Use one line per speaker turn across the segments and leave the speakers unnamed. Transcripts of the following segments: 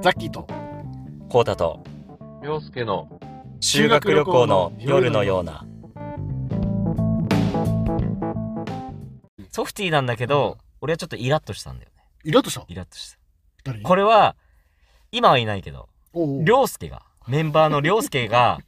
ザッキーと
コータと
洋介の
修学旅行の夜のようなソフティーなんだけど俺はちょっとイラッとしたんだよね
イラッとした
イラッとした
誰に
これは今はいないけど
おう
涼介がメンバーの涼 介が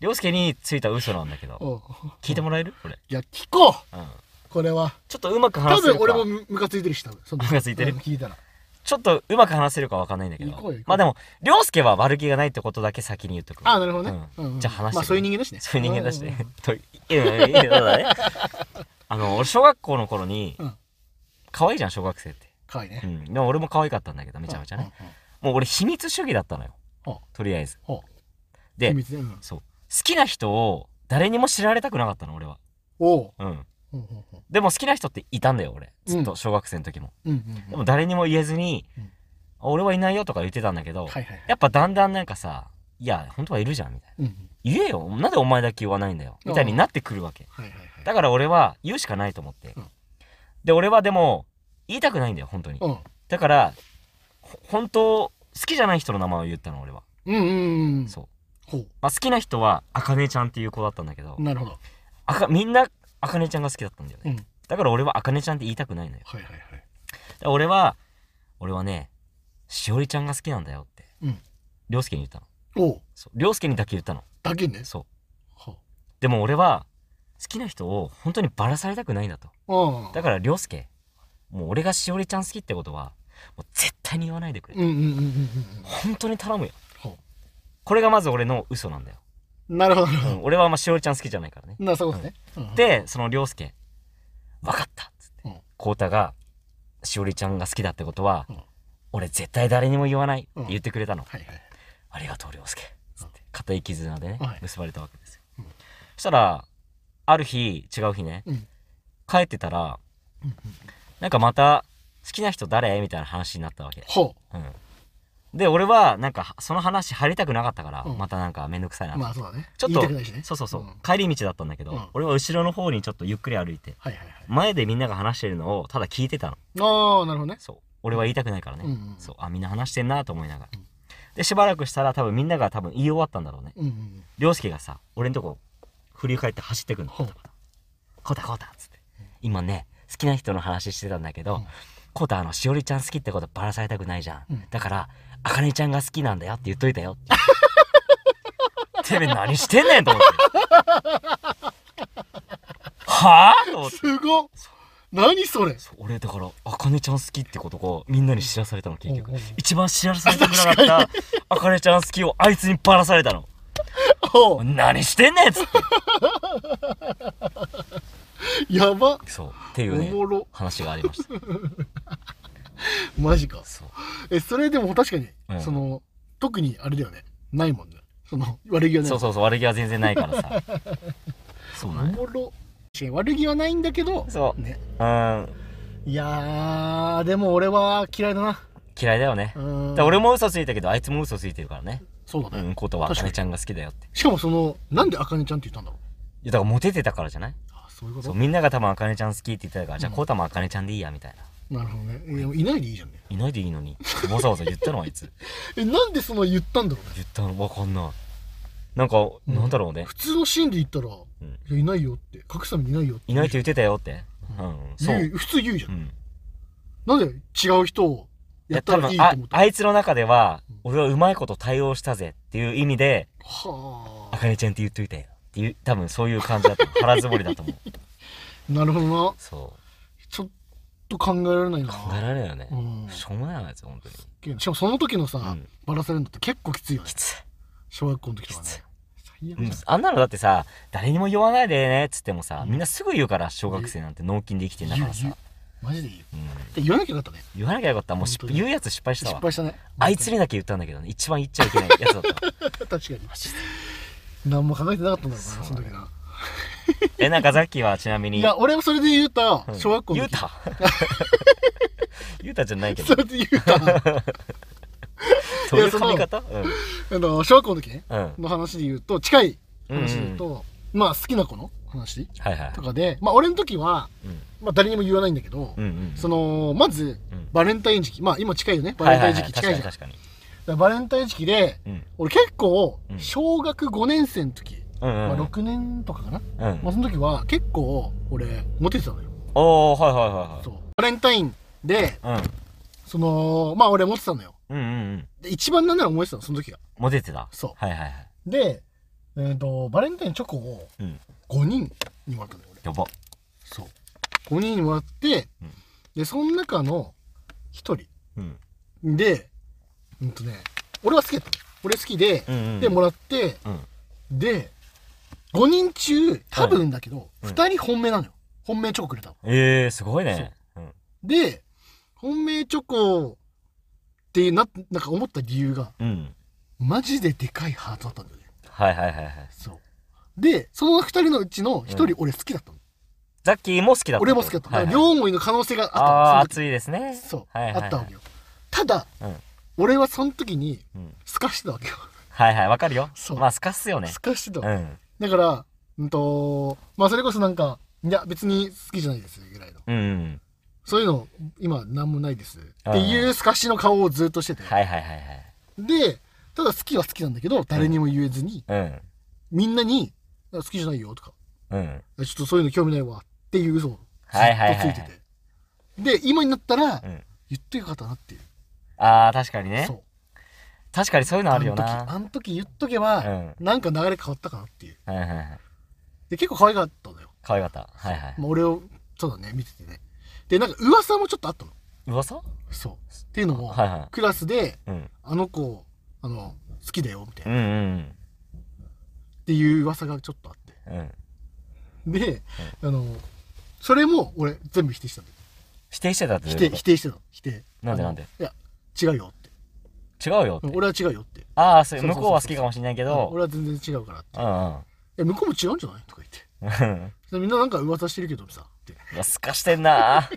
涼介についた嘘なんだけど
おう
聞いてもらえるこれ、
いや聞こう
うん、
これは
ちょっとうまく
多
話せる
分俺
か
もムムカついてるし多分その
ムカついてる
うん聞いたら
ちょっとうまく話せるかわかんないんだけど
行こうよ行こう
まあでも涼介は悪気がないってことだけ先に言っとく
あなるほどね、
うん
うんうん
じゃあ話して
まあそういう人間だしね
そういう人間だしね
うんうん。
と、いやいやいやそうだね。あの、俺小学校の頃に
うん、
可愛いじゃん、小学生って。
かわいいね
うん。でも俺も可愛かったんだけど、めちゃめちゃね。
うんうん
もう俺秘密主義だったのよ
うん。
とりあえず。
うん
で
秘密ねうん
そう。好きな人を誰にも知られたくなかったの、俺は。
おう
うん。
うんうんうん
でも好きな人っていたんだよ、俺。ずっと小学生の時も。
うん
で
うんう
も
ん
誰にも言えずに
うん、
あ俺はいないよとか言ってたんだけど、
はいはいはい
やっぱだんだんなんかさ、いや、本当はいるじゃん、みたいな。
うんうん
言えよ。なんでお前だけ言わないんだよ。みたいになってくるわけ。
はいはいはい
だから俺は言うしかないと思って、
うん
で俺はでも言いたくないんだよ本当に
うん
だからほ本当好きじゃない人の名前を言ったの俺は、
うんうんうん
そう、
ほう
まあ、好きな人はあかねちゃんっていう子だったんだけど
なるほど
あかみんなあかねちゃんが好きだったんだよね、
うん
だから俺はあかねちゃんって言いたくないのよ
はいはいはい
だから俺は俺はねしおりちゃんが好きなんだよって
うん
涼介に言ったの
おう
そう涼介にだけ言ったの
だけね
そう
ほ
でも俺は好きな人を本当にバラされたくないんだと
ううん
だから涼介もう俺がしおりちゃん好きってことはもう絶対に言わないでくれ、
うんうんうんうんうん
本当に頼むよ
ほ
これがまず俺の嘘なんだよ、
うんなるほどなる
う
ほ
ん俺はあんましおりちゃん好きじゃないからね
どなそうですねうん
でその涼介分かったっつって
うん
浩太、がしおりちゃんが好きだってことは、
うん
俺絶対誰にも言わないっ
うん
て言ってくれたの、
はいはい
ありがとう涼介つって
う
固い絆でね、
はい
結ばれたわけですよ、
うん
そしたらある日違う日ね
うん
帰ってたら
うんうん
なんかまた好きな人誰みたいな話になったわけ
ほ
うんで俺はなんかその話入りたくなかったから、
うん
またなんかめんどくさいな
う
と、
まあそうだね
ちょっ
言
と
いたくないしね
そうそうそう、
んはい
帰り道だったんだけど、
うん
俺は後ろの方にちょっとゆっくり歩いて
はいはい
前でみんなが話してるのをただ聞いてたの
ああなるほどね
そう俺は言いたくないからね、
うんうん
そうあみんな話してんなと思いながら、
うん
でしばらくしたら多分みんなが多分言い終わったんだろうね
うんうん
涼介がさ俺んとこ振り返って走ってくるの
ほう
こうたこうたっつって今ね好きな人の話してたんだけど、
うん
こうたあのしおりちゃん好きってことばらされたくないじゃん、
うん
だからあかねちゃんが好きなんだよって言っといたよてめえ何してんねんと思ってはあと思って
すごっ何それ
そう俺だからあかねちゃん好きってことがみんなに知らされたの結局
うんうんうん
一番知らされたくなかったあかねちゃん好きをあいつにばらされたの
ほう
何してんねんっつって
やば
そうってい
お
うね
もろ
話がありました
マジか
そう
えそれでも確かに
うん
その特にあれだよねないもん ねその悪気はない
そうそうそう悪気は全然ないか らさそう
お
なんよ
もろ確かに悪気はないんだけど
そう
ね
うん
いやーでも俺は嫌いだな
嫌いだよね
う、ーん
だから俺も嘘ついたけどあいつも嘘ついてるからね
そうだ
う
ね
んコートはあ
確
か
かに
ねちゃんが好きだよってい
しかもそのなんであかねちゃんって言ったんだろう
やだからモテてたからじゃない
あそういうこ
そ
と
うみんなが多分あかねちゃん好きって言ってたから、じゃあ
うん
コータもあかねちゃんでいいやみたいな
なるほどねいやいないでいいじゃんね
いないでいいのにわざわざ言ったのあいつ
えなんでその言ったんだろうね
言ったのわかんないなんか、
ん
なんだろうね
普通のシーンで言ったら、
ん
いやいないよって隠すためにいないよって
いないって言ってたよってうん、そ
言
う
う普通言うじゃ、
うんん
なんで違う人を
い
や
や
った
多
らいい
分
と
あ
思った
あいつの中では
うん
俺はうまいこと対応したぜっていう意味で
は
あかねちゃんって言っといてっていう多分そういう感じ だと思う腹積もりだと思う
あなるほどな
そう
ちょっと考えられないな
考えられないよね、
うん
しょうもないなやつ本当に
しかもその時のさ、
うん
バラされるのって結構きついよね
きつい
小学校の時とかね
きつい
最悪
う
じ
ん
ゃん
あんなのだってさ誰にも言わないでねっつってもさ、
うん
みんなすぐ言うから小学生なんて脳筋で生きてんだからさ、
言うマジでいいよ
うん
で言わなきゃよかったね
言わなきゃよかったもう失
本当に
言うやつ失敗した
失
わ
敗したね
あいつにだけ言ったんだけどね一番言っちゃいけないやつだったわ
確かに何も考えてなかったんだろうなそ
そう
の
だ
時
ね
な
えなんかザッキーはちなみに
いや俺はそれで言うた
うん
小学校
言
の
う
時
た言うたじゃないけど
それで言うた な
そういう
その
髪型うん
あの小学校の時ね
うんはい
の話で言うと近い話で言うと、まあ好きな子の話
はいはい
とかでまあ俺の時は、
うん
まあ、誰にも言わないんだけど、
うんうん
そのまず
うん
バレンタイン時期まあ今近いよねバレンタイン時期近いじゃん、
はいはいはい確かに確かに
らバレンタイン時期で、
うん
俺結構
う、ん
小学5年生の時、
うん
ま
う
あ
ん
6年とかかな、
うん
まあその時は結構俺、モテてたのよ。
ああはいは
そう。バレンタインで、
いはいはい
その、まあ俺モテてたのよ。
うんうんうんうん
で一番なんなら思えてたの、その時が。
モテてた
そう
はいはいはい
で、えっ、と、バレンタインチョコを
うん
5人にもらったのよ、俺。
やば
そう。5人にもらって、
うん
で、その中の1
うん
人で、うんとね、俺は好きだったの。俺好きで、
うんうん
で、もらって、
うん
で、5人中、多分だけど、2人本命なのよ。本命チョコくれたの。
ええすごいねうん
で、本命チョコってな、なんか思った理由が、
うん
マジででかいハートだったんだよね。
はいはいはいはい
そう。で、その2人のうちの1人、
うん
俺好きだったの。
ザッキーも好きだった
俺も好きだった。
はいはい
両思いの可能性が
ああ
あったのその時
熱いですね
そう、
はいはいはい
あったわけよ。ただ、
うん
俺はその時に
うん
透かしてたわけよ。
はいはいわかるよ
そう
まあスカっすよね
透かしてた
う
わ
ん
け。だから、うんと、まあそれこそなんか、いや別に好きじゃないですぐらいの。
うんうん
そういうの今なんもないです。っていう透かしの顔をずっとしてて。
はいはいはいはい
で、ただ好きは好きなんだけど、誰にも言えずに、
うん
みんなに、あ好きじゃないよとか、
うん
ちょっとそういうの興味ないわっていう嘘をずっとつ
はいはいはい
いてて。で、今になったら、
うん
言ってよかったなっていう。
ああ確かにね
そう。
確かにそういうのあるよ
あの時、
な
あの時言っとけば、
うん
なんか流れ変わったかなっていう。
はいはいはい
で、結構可愛かったのよ。
可愛かったはいはい
まあ、俺を、そうだね、見ててね。で、なんか噂もちょっとあったの。
噂
そう。っていうのも、
はいは
クラスで、
いうん
あの子、あの、好きだよ、みたいな
う。んうん
っていう噂がちょっとあって。
うんうん
で、あの、それも俺全部否定したんだよ。
否定してたってど
否
う
定、
いうこ
否定してたの。否定。
なんで
あの
なんで
いや、違うよって。
と違うよって
俺は違うよって。
ああそう
そうそうそう
向こうは好きかもしれないけど
俺は全然違うからって。い
うんうん
や、向こうも違うんじゃないとか言って。
うん
でみんななんか噂してるけどさ。って
うわすかしてんな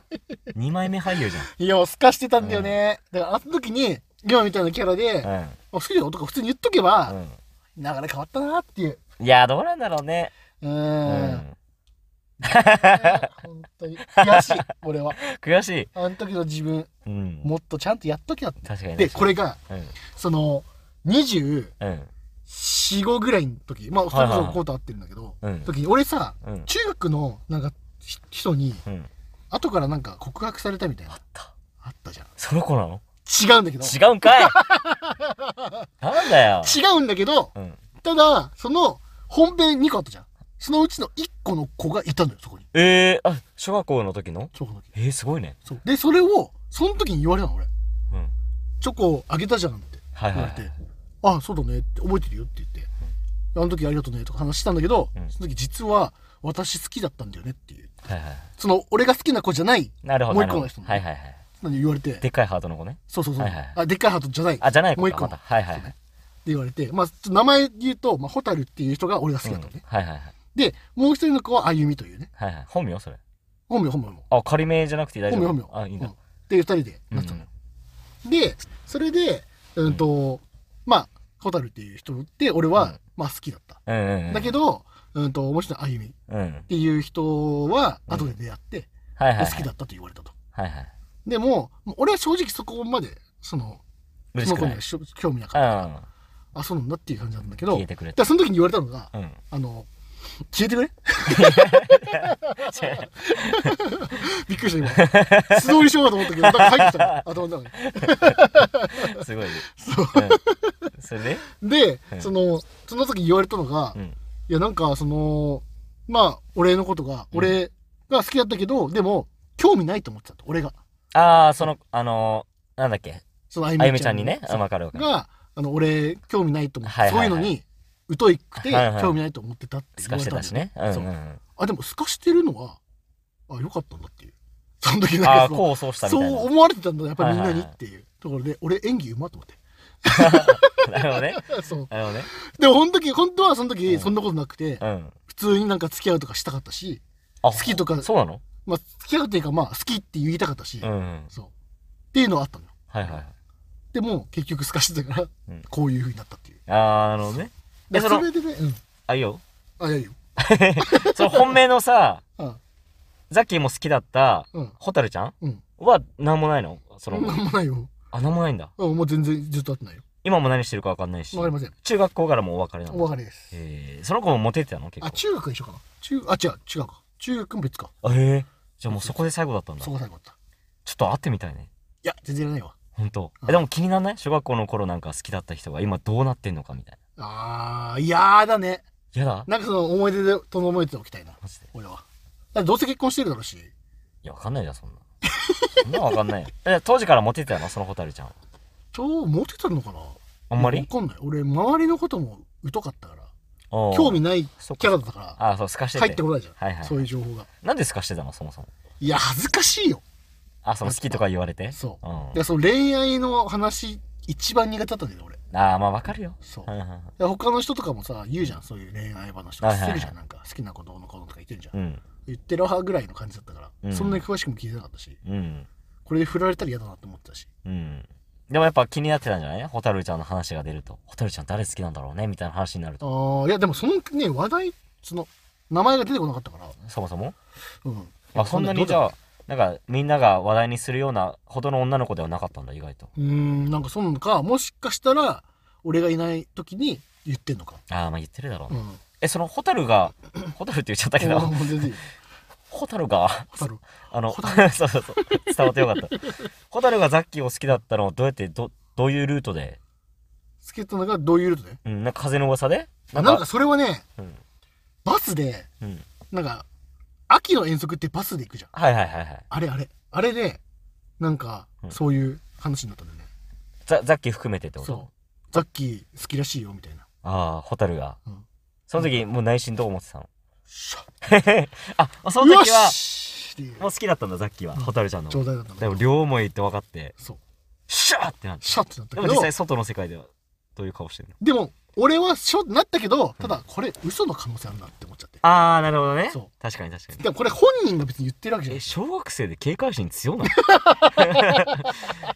2 枚目俳優じ
いや、もうすかしてたんだよね。だから、あの時に、今みたいなキャラで、
ゃ
あ好
ん
きだよとか普通に言っとけ
う
ば、
ん
流れ変わったなっていう。
うんいやどうなんだろうね
う
う
ーん。
ん
本当に。悔しい、俺は。
悔しい
あの時の自分、
うん
もっとちゃんとやっときゃって。
確かに
で、
確か
これが、
に
その、24、
うんうん
5ぐらいの時、まあ、そ
はい
れ
は
こ
いはい
そコート合ってるんだけど、
うん
時に、俺さ、
うん
中学の、なんか、ひ人に、
うん
後からなんか告白されたみたい
あ
な、
った
あったじゃん。
その子なの
違うんだけど、
違うんかいなんだよ
違うんだけど、
うん
ただ、その、本編2個あったじゃん。そのうちの1個の子がいたのよ、そこに。
えー、あ小学校の時の
そこの時。
えー、すごいね
そう。で、それを、その時に言われたの、俺。
うん
チョコあげたじゃんって
はい
言
は
わ
い
れて、あ、そうだねって、覚えてるよって言って、あの時ありがとうねとか話したんだけど、
うん
その時実は、私好きだったんだよねっていう。
はいはい
その、俺が好きな子じゃない、
なるほど
もう
な
一個
るほ
の
ど
人ね
はいはいはい
何言われて、
でっかいハートの子ね
そうそうそう、
はいはい
あ、でっかいハートじゃない。
あじゃない子
もう一
か
個
ま
の。
た
って
はいはいはい
言われて、まあ、ちょっと名前言うと、まあ、ホタルっていう人が俺が好きだったのね。
はいはいはい
で、もう一人の子は、あゆみというね。
はいはい本名それ
本名、本名も。
あ仮名じゃなくて大丈夫
本名本名
あいいん
う
だ
んっていう二人でなったのよ、でそれでうんと、まあ蛍っていう人って俺は、
うん
まあ好きだった、
うんうんうん
だけどうんと面白いあゆみっ
うんはい
ていう人は
うん
後で出会って、
はいはい
好きだったと言われたと
はいはい
でももう俺は正直そこまでその
嬉
その
しく
子
な
に
い
はしょ興味なかった
うん
あそうなんだっていう感じなんだけど
消え
だか
てくれた
らその時に言われたのが
うん
あの消えてく れびっくりした今素通りしようかと思ったけどなんか入ってきたの頭の中に
すごい
そう
うんそれで
で、
うん
その、その時言われたのが、
う
い
ん
や、なんか、その、まあ、俺のことが、
うん
俺が好きだったけど、でも、興味ないと思ってたと、俺が。
ああそのあのーなんだっけ
そのあゆ
あゆみちゃんにねあわかるわかる
が、あの、俺、興味ないと思って、
はいはいはい
そういうのに、疎いくて、
はいはい
興味ないと思ってたって
す
言わ
か
れ
して
たん
た
だよ
しねうんうん
そううんあ、でも、すかしてるのは、あ、よかったんだっていう。その時
あ
なん
あ
かそ
こうそうした
う、
みたい
そう思われてたんだ、やっぱりみんなに
はいはいはい
っていうところで、俺、演技うまと思って。
ななるほどね
そう。
なるほどね
でも、本当に、本当はその
う
時、
ん
そんなことなくて
う、ん
普通になんか付き合うとかしたかったし、
あ
好きとか
そうなの
まあ、付き合うっていうか、まあ、好きって言いたかったし、
うんうん
そう。っていうのはあったのよ。
はいはいはい
でも、結局透かしてたから、
うん
こういう風になったっていう。
ああなるほどね
で、
そ
そ
の
れでね、うん。
あいいよ
あ、いやいいよ。
その本命のさ
あ
ザッキーも好きだった
うん。
ホタルちゃん
うん。
は何もないのその
なんもないよ。
あ何もないんだ
うん、もう全然ずっと会ってないよ。
今も何してるか分かんないし
わかりません。
中学校からもうお別れな
お
の
別れです。
えー、その子もモテてたの結
あ、
構
中学は一緒かな中、あ、違う、違うか。中学も別か。
あへえじゃあもうそこで最後だったんだち
そ
ょ
こ最後だった。
っと会ってみたいね
いや、全然いらないわ。
本当
うん
えでも気にならない小学校の頃なんか好きだった人が今どうなってんのかみたい
あー、いやーだね。
なやだ
なんかその思い出で、との思い出でおきたいな。
マジで
俺は。だってどうせ結婚してるだろうし。
いや分かんないじゃんそんなそんな分かんないよ え当時からモテてたのその蛍ちゃん
どうモテてるのかな
あんま
わ
り
かんない。俺、周りのことも疎かったから。
おー
興味ない
そっか
キャラだったから、
あそうすかしてて
入ってこないじゃん。
はいはい
そういう情報が。
なんですかしてたのそもそも
いや、恥ずかしいよ。
あその好きとか言われて、
そういや、その恋愛の話、一番苦手だったんだけど、俺。
ん、ああまあ分かるよ
そう。
うんうん
いや他の人とかもさ言うじゃんそういう恋愛話とか
はいはい
す
はい
るじゃんなんか好きな子どうの子のとか言ってるじゃん、
うんうん
言ってる派ぐらいの感じだったから、
うん
そんなに詳しくも聞いてなかったし
うん
これで振られたら嫌だなって思ってたし
うんでもやっぱ気になってたんじゃない蛍ちゃんの話が出ると蛍ちゃん誰好きなんだろうねみたいな話になる
あ
と
ーいやでもそのね話題その名前が出てこなかったから、
そもそも
うん、
あそんなにじゃあなんかみんなが話題にするようなほどの女の子ではなかったんだ意外と
うーんなんかそうなのかもしかしたら俺がいない時に言ってんのか
ああまあ言ってるだろう
う
ね、
ん
えその蛍が蛍って言っちゃったけ
あ
ど
ーもう全然いい
蛍が
蛍 い
あの
蛍
そうそうそう伝わってよかった蛍がザッキーを好きだったのをどうやってどどういうルートで、
つけたのがどういうルートで
うん、なんか風の噂で
な
なんん
か
か
それはね
うん
バスで
うん、
なんか秋の遠足ってバスで行くじゃん
はいはいはいはい
あれあれ。あれで、なんか
う、ん
そういう話になったんだよね。
ザザッキー含めてってこと
そう。ザッキー好きらしいよ、みたいな。
ああ蛍が、
うん
その時もう内心どう思ってた の
しゃ
あその時
よ
は
しっていう
もう好きだったんだザッキーは
うん
蛍ちゃんの
状態だったん
で
だ
も
けど。
両思いって分かって
そう。
シャーってなって
シャってなった
で
け
も
ど
実、際外の世界ではどういう顔してるの
でも、俺はシャってなったけど、ただ、これ嘘の可能性あるなって思っちゃって。
ああなるほどね
そう
確かに確かに
でもこれ本人が別に言ってるわけじゃな
え
い。
小学生で警戒心強ない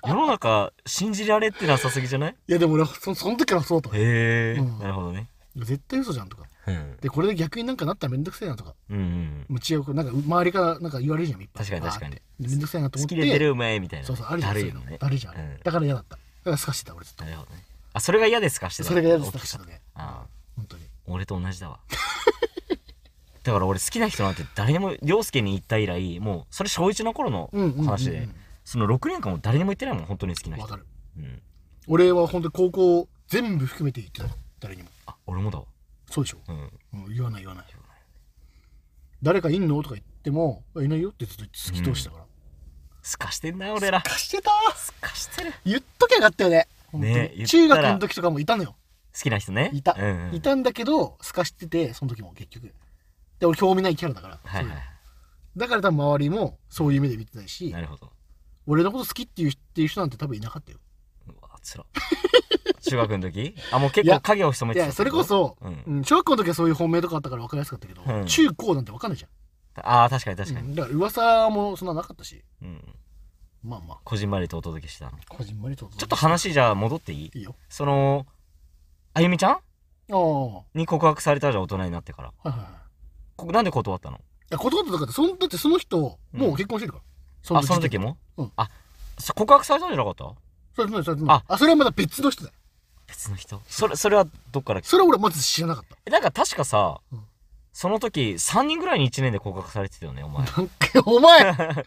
世の中信じられてなさすぎじゃない
いや、でも俺はそ、その時からそうだったの
へえ、
うん
なるほどね
絶対嘘じゃんとか。
うん
で、これで逆になんかなったらめんどくせえなとか。
うんうん
もう違う子、なんか周りからなんか言われるじゃん、いっぱい。
確かに確かに
バーってでめんどくせえなと思
好
って。
きで出るお前みたいな
そうそう、あるじゃん。そ
だ
うい
るいうの
の
ね
あるじゃんあれ
うん。
だから嫌だった。だからすかしてた、俺ずっと
な。るほどねあそれが嫌ですかしてた
それが嫌だっ
大
た
きかった
ね。
ああ
本当に。
俺と同じだわ だから俺好きな人なんて誰にも凌介に言った以来もうそれ小1の頃の
うんうんうんうん
話でその6年間も誰にも言ってないもん本当に好きな
わ
人
かる。
うん
俺は本当に高校全部含めて言ってた。誰にも。
あ俺もだわ
そうでしょ。
うん
うん、言わない言わない。誰かいんのとか言っても、いないよってずっと突き通してたから。
すかしてんな俺ら
貸してた
すかしてる
言っときゃよかったよね。本当に
ね言ったら
中学の時とかもいたのよ。
好きな人ね
いた
うんうん
いたんだけど、すかしてて、その時も結局。で、俺興味ないキャラだから。
はい
そう
は
いうのだから多分周りもそういう目で見てない
い
し
な、るほど
俺のこと好きっていうっていう人なんて多分いなかったよ。
うわつら 中学の時あもう結
いや
構影を潜め
い
てた
や、それこそ、
うん
うん小学校の時はそういう本命とかあったから分かりやすかったけど、
うん
中高なんて分かんないじゃん。
ああ確かに確かに
うんだから噂もそんななかったし、
うん
まあまあ、
こじんまりとお届けしてたの
こじんまりと。ち
ちょっと話じゃあ戻っていい
いいよ。
そのあゆみちゃん
ああ、は
に告白されたじゃん大人になってから
いはいはい。い
こなんで断ったの
や、断ったとかって、そんだってその人、もう結婚してるから。そ
あその時
もう
も、
ん
あそ告白されたんじゃなかった
それそれそれ
あ
あそれはまだ別の人だよ。
別の人それそれはどっから来
それは俺まず知らなかった。
えなんか確かさ、
うん
その時3人ぐらいに1年で告白されてた よねお前
なんか、お前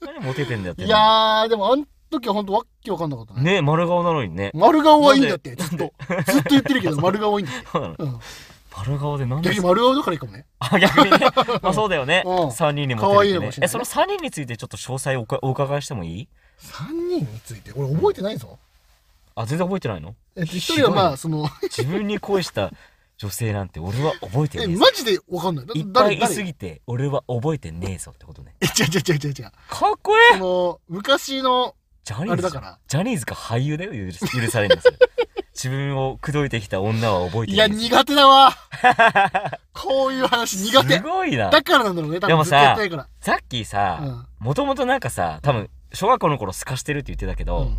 何モテてんだよって
いやー、でもあの時はほんとわっけわかんなかったね。
ね丸顔なのにね
丸顔はいいんだって、
な
ず
ん
っ
で
と。ずっと言ってる けど、丸顔はいいんだって。
そうなの
うん、
丸顔でなんで
逆に丸顔だからいいかもね。
あ逆にねまあそうだよね、
うん
3人にモ
可愛
テ
い
る
の
って
か
ね
もしれないね
えその3人についてちょっと詳細おかお伺いしてもいい
3人について、俺覚えてないぞ。
あ全然覚えてないの
えっと、1人はまあ、その、
自分に恋した女性なんて俺は覚えて
え、
ねえぞ
マジでわかんない。だ
いっぱいい
誰
すぎて俺は覚えてねえぞってことね
え、違う違う違う違う違う。
かっこ
そ
え
の、昔の、
ジャニ
あ
ー
れ
ズ
だ
じゃ
か
ん
ら
ジャニーズか俳優だよ許す 許されるんですよ自分を口説いてきた女は覚えて
い
ね
や、
えぞ
苦手だ わ。こういう話苦手
す。ごいな
だからなんだろうね、多
でも
分ずっと
さ
やってないから。
さっき
う
さ
ん
もともとなんかさ多分小学校の頃すかしてるって言ってたけど、
うん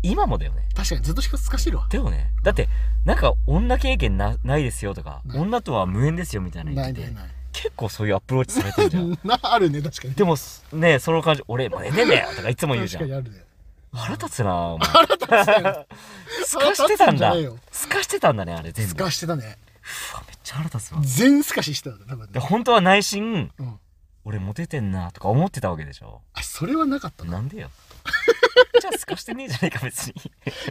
今もだよね
確かにずっとしかすかしてるわ。
だよねだってなんか女経験なないですよとか
ない
女とは無縁ですよみたいなの言っ
ない
て
な
て
いない。
結構そういうアプローチされてる じゃん
な、あるね、確かに。
でもねその感じ俺もう寝てんだよとかいつも言うじ
確
ゃ
か
ん
にあるね。
腹立つなお前
腹立つね。
すかし
触っ
てたんだ
たってんじゃねえよ。
すかしてたんだね、あれ全
す
部。うわ
かしてたね。
めっちゃ腹立つわ。
全すかししてたんだ、多分
で、
ね。
本当は内心、
うん。
俺モテてんなとか思ってたわけでしょ。
あ、それはなかったな。
なん でよ。じゃあすかしてねえじゃねえか、別に。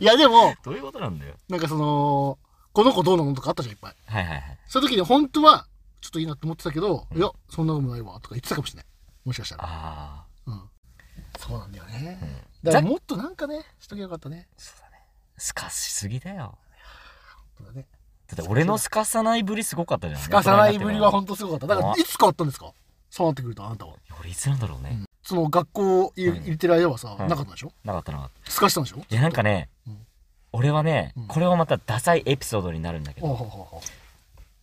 いや、でも、
どういうことなんだよ。
なんかその、この子どうなのとかあったじゃん、いっぱい。
はいはいはい。
そういう時に本当は、ちょっといいなって思ってたけど、
うん
いや、そんなことないわ、とか言ってたかもしれない。もしかしたら。
ああ、
うん。そうなんだよね
う。ん。
だから
ざ
もっとなんかね、しときゃよかったね。
そうだね。すかしすぎだよ。
そうだね。
だって俺のすかさないぶりすごかったじゃん。
すかさないぶりは
ほん
本当すごかった。だから、いつ変わったんですかそうなってくると、あなたは。
俺いつなんだろうね。
その学校い
うん
入れてる間はさ、
うん
なかったでしょ
なかったなかっ
すかしたんでしょ
た。いやなんかね、
うん
俺はね、
うん
これはまたダサいエピソードになるんだけ
あ
ど、
ははは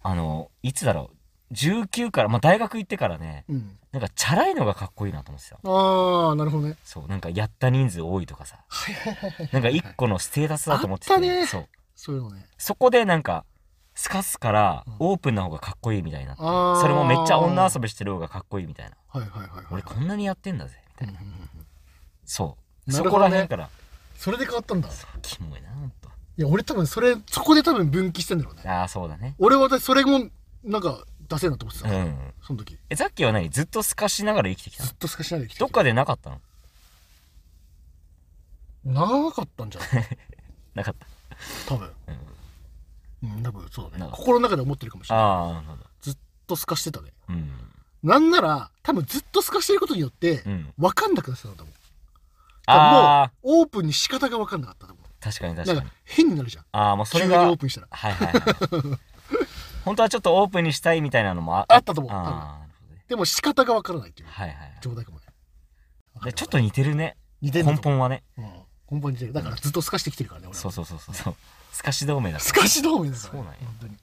あの、いつだろう。19から、まあ、大学行ってからね、
うん。
なんかチャラいのがかっこいいなと思ってた。
ああ、なるほどね。
そう、なんかやった人数多いとかさ、
はいはいはいはい。
なんか一個のステータスだと思って
あっ
て、
たね
そう。
そういうのね。
そこでなんか、すかすから
うん
オープンな方がかっこいいみたいになって、
あー
それもめっちゃ女遊びしてる方がかっこいいみたいな。
はいはいはいはい。
俺こんなにやってんだぜ、みたいな。
うんうんうんうん
そう。
な
そ
る
こ
ほど
ら
ね
辺から、
それで変わったんだ。
そうキモいなほんと。
いや、俺多分それ、そこで多分分岐してんだろうね。
ああ、そうだね。
俺は私、それも、なんか、出せえなと思って
う
た。
ん。
その時。
え、さっきは何ずっとすかしながら生きてきたの
ずっとすかしないで来て
どっかでなかったの
なかったんじゃない
なかった。
多分。
うん、
うん、多分そうだ
な
ね
ん。か
心の中で思ってるかもしれない。
ああ、なるほど。
ずっとすかしてたね。
うん。
なんなら、多分ずっとすかしてることによって
う、ん。
わかんなくなってたんだもん。
ああ、
もう、オープンに仕方がわかんなかったと思う。
確かに確
な
か
ん
に
か。、変になるじゃん。
ああ、もうそ
急
れ
に
が、は
オー
い
プンしたら。
はいはい。 本当はちょっとオープンにしたいみたいなのもあ
あったと思う
ああ、なるほどね。
でも仕方がわからないっていう
はいはいはい。
状態かもね。
でちょっと似てるね。
似てる
根本はね。
うん。根本に似てる。だからずっと透かしてきてるからね、俺は。
そうそうそうそうそう。すかし同盟だか
透かし同盟だから、ね。
そうなんや
本当に。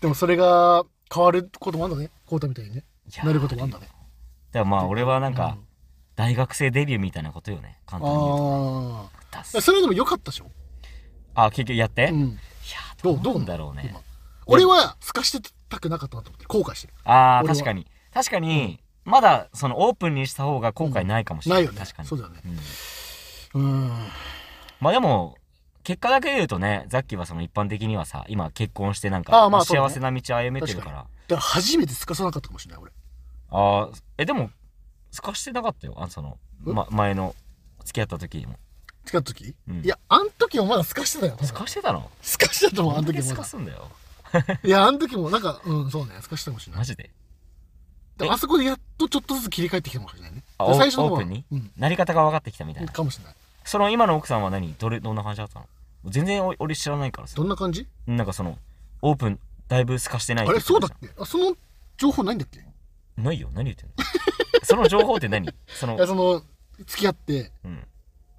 でもそれが変わることもあんだね。こうたみたいにね。
ら。いや
なることもあんだね。
だからまあ俺はなんか
うん、
大学生デビューみたいなことよね。簡単に言うと。
あ
ダッ
あ。
サ
それでも良かったでしょ
あ、結局やって、
う
いや
ん。
ー
ど
ど
うどう
う
な
なん
の
だろうね
今。俺は透かしてたくなかったなと思ってる後悔してる。
ああ、
俺は
確かに。確かに、まだそのオープンにした方が後悔ないかもし
な
れない。
いよね。
確かに。
そうだよね。
うん
うん。
まあでも、結果だけで言うとね、ザッキーはその一般的にはさ、今結婚してなん
あ
か
あま、あそうだね
幸せな道歩めてるから。
だから初めて透かさなかったかもしれない、俺。
ああ、え、でも、透かしてなかったよ。あその、
え
ま、前の付き合った時にも。
付き合った時、
うん
いや、あん時もまだ透かしてたよ。
透かしてたの
透かしてたと思う、あ
あ
ん
んだ
時
け
も
透
ま
か
だ。
すんだよ。
いや、あん時も、なんか、うん、そうね、透かしてたかもしれない
マ。ジで。
で
え
あそこでやっとちょっとずつ切り替えてきたかもしれないね。
あ
で
オー
最初の方
オ
は
ープンに
うん。
なり方が分かってきたみたいな。
かもしれない。
その今の奥さんは何どれ、どんな感じだったの全然お俺知らないからさ
ど。んな感じ
なんかその、オープン、だいぶ透かしてないっ
あ
て
れ
言って
そう
た
だ
じゃん
っけあその情報ないんだっけい
ないよ。何言ってんのその情報って何その
や、、その、付き合って、
うん。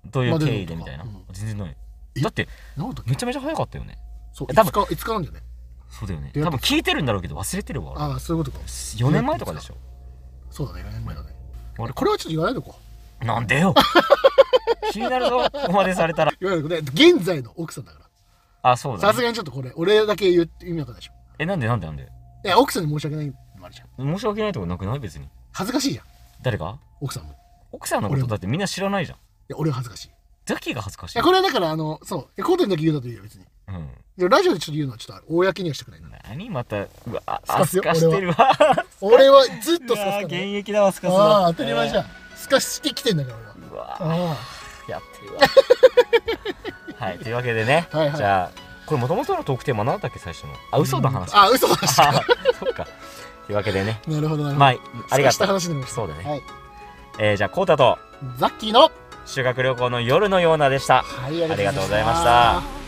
どういう経緯でみたいな。
まあでもとか
全然ない。
え
だって、
なんだっけ
めちゃめちゃ早かったよね。
そう、
え
い
多
つ
分
か、いつかなんだよね。
そうだよね。
出会
多
った
分聞いてるんだろうけど忘れてるわ。俺
ああ、そういうことか。
4年前とかでしょ。
そうだね、4年前だね。
俺、こ
これはちょっと言わないとこう。
れ、なんでよ 気になるぞ。ここまでされたら。
言わないとこね。現在の奥さんだから。
あ、そうだ、
さす
ね。
がにちょっとこれ、俺だけ言う意味なかったでしょ。
え、なんでなんでなんで
いや、奥さんに申し訳ないのもあるじゃん。
申し訳ないとこなくない別に。
恥ずかしいじゃん、
誰が
奥さんも。い
奥さんのこ
俺
と
も
だってみんな知らないじゃん。
や、俺は恥ずかしい。い
ザキが恥ずかしい。
や、これはだから、あの、そう、いやコートにだけ言うなといいよ、別に。
うん。
でもラジオでちょっと言うのは、ちょっと公にはしたくないな。
何また、うわ、
透か
あ
す
透
よ
かしてるわ。
俺はずっ
う
とスカ
わ
スカ
現
だよ
役だわ、スカす
あ
わ
あ、当たり前じゃん。。スカしてきてんだから、俺は。
うわ。
あ
やってるわ。 はい、というわけでね、
はいはい
じゃあ、これもともとのトークテーマなんだっけ、最初の。
あ。
あ、嘘の話。あ、
あ、嘘の話。
そっか。というわけでね、
なるほど、なるほど。
まあ、ありが
すかした
とう。
話になりました。
そうだね。
はい。
えーじゃあ、コウタと
ザッキーの、
修学旅行の夜のようなでした。
はい、
ありがとうございました。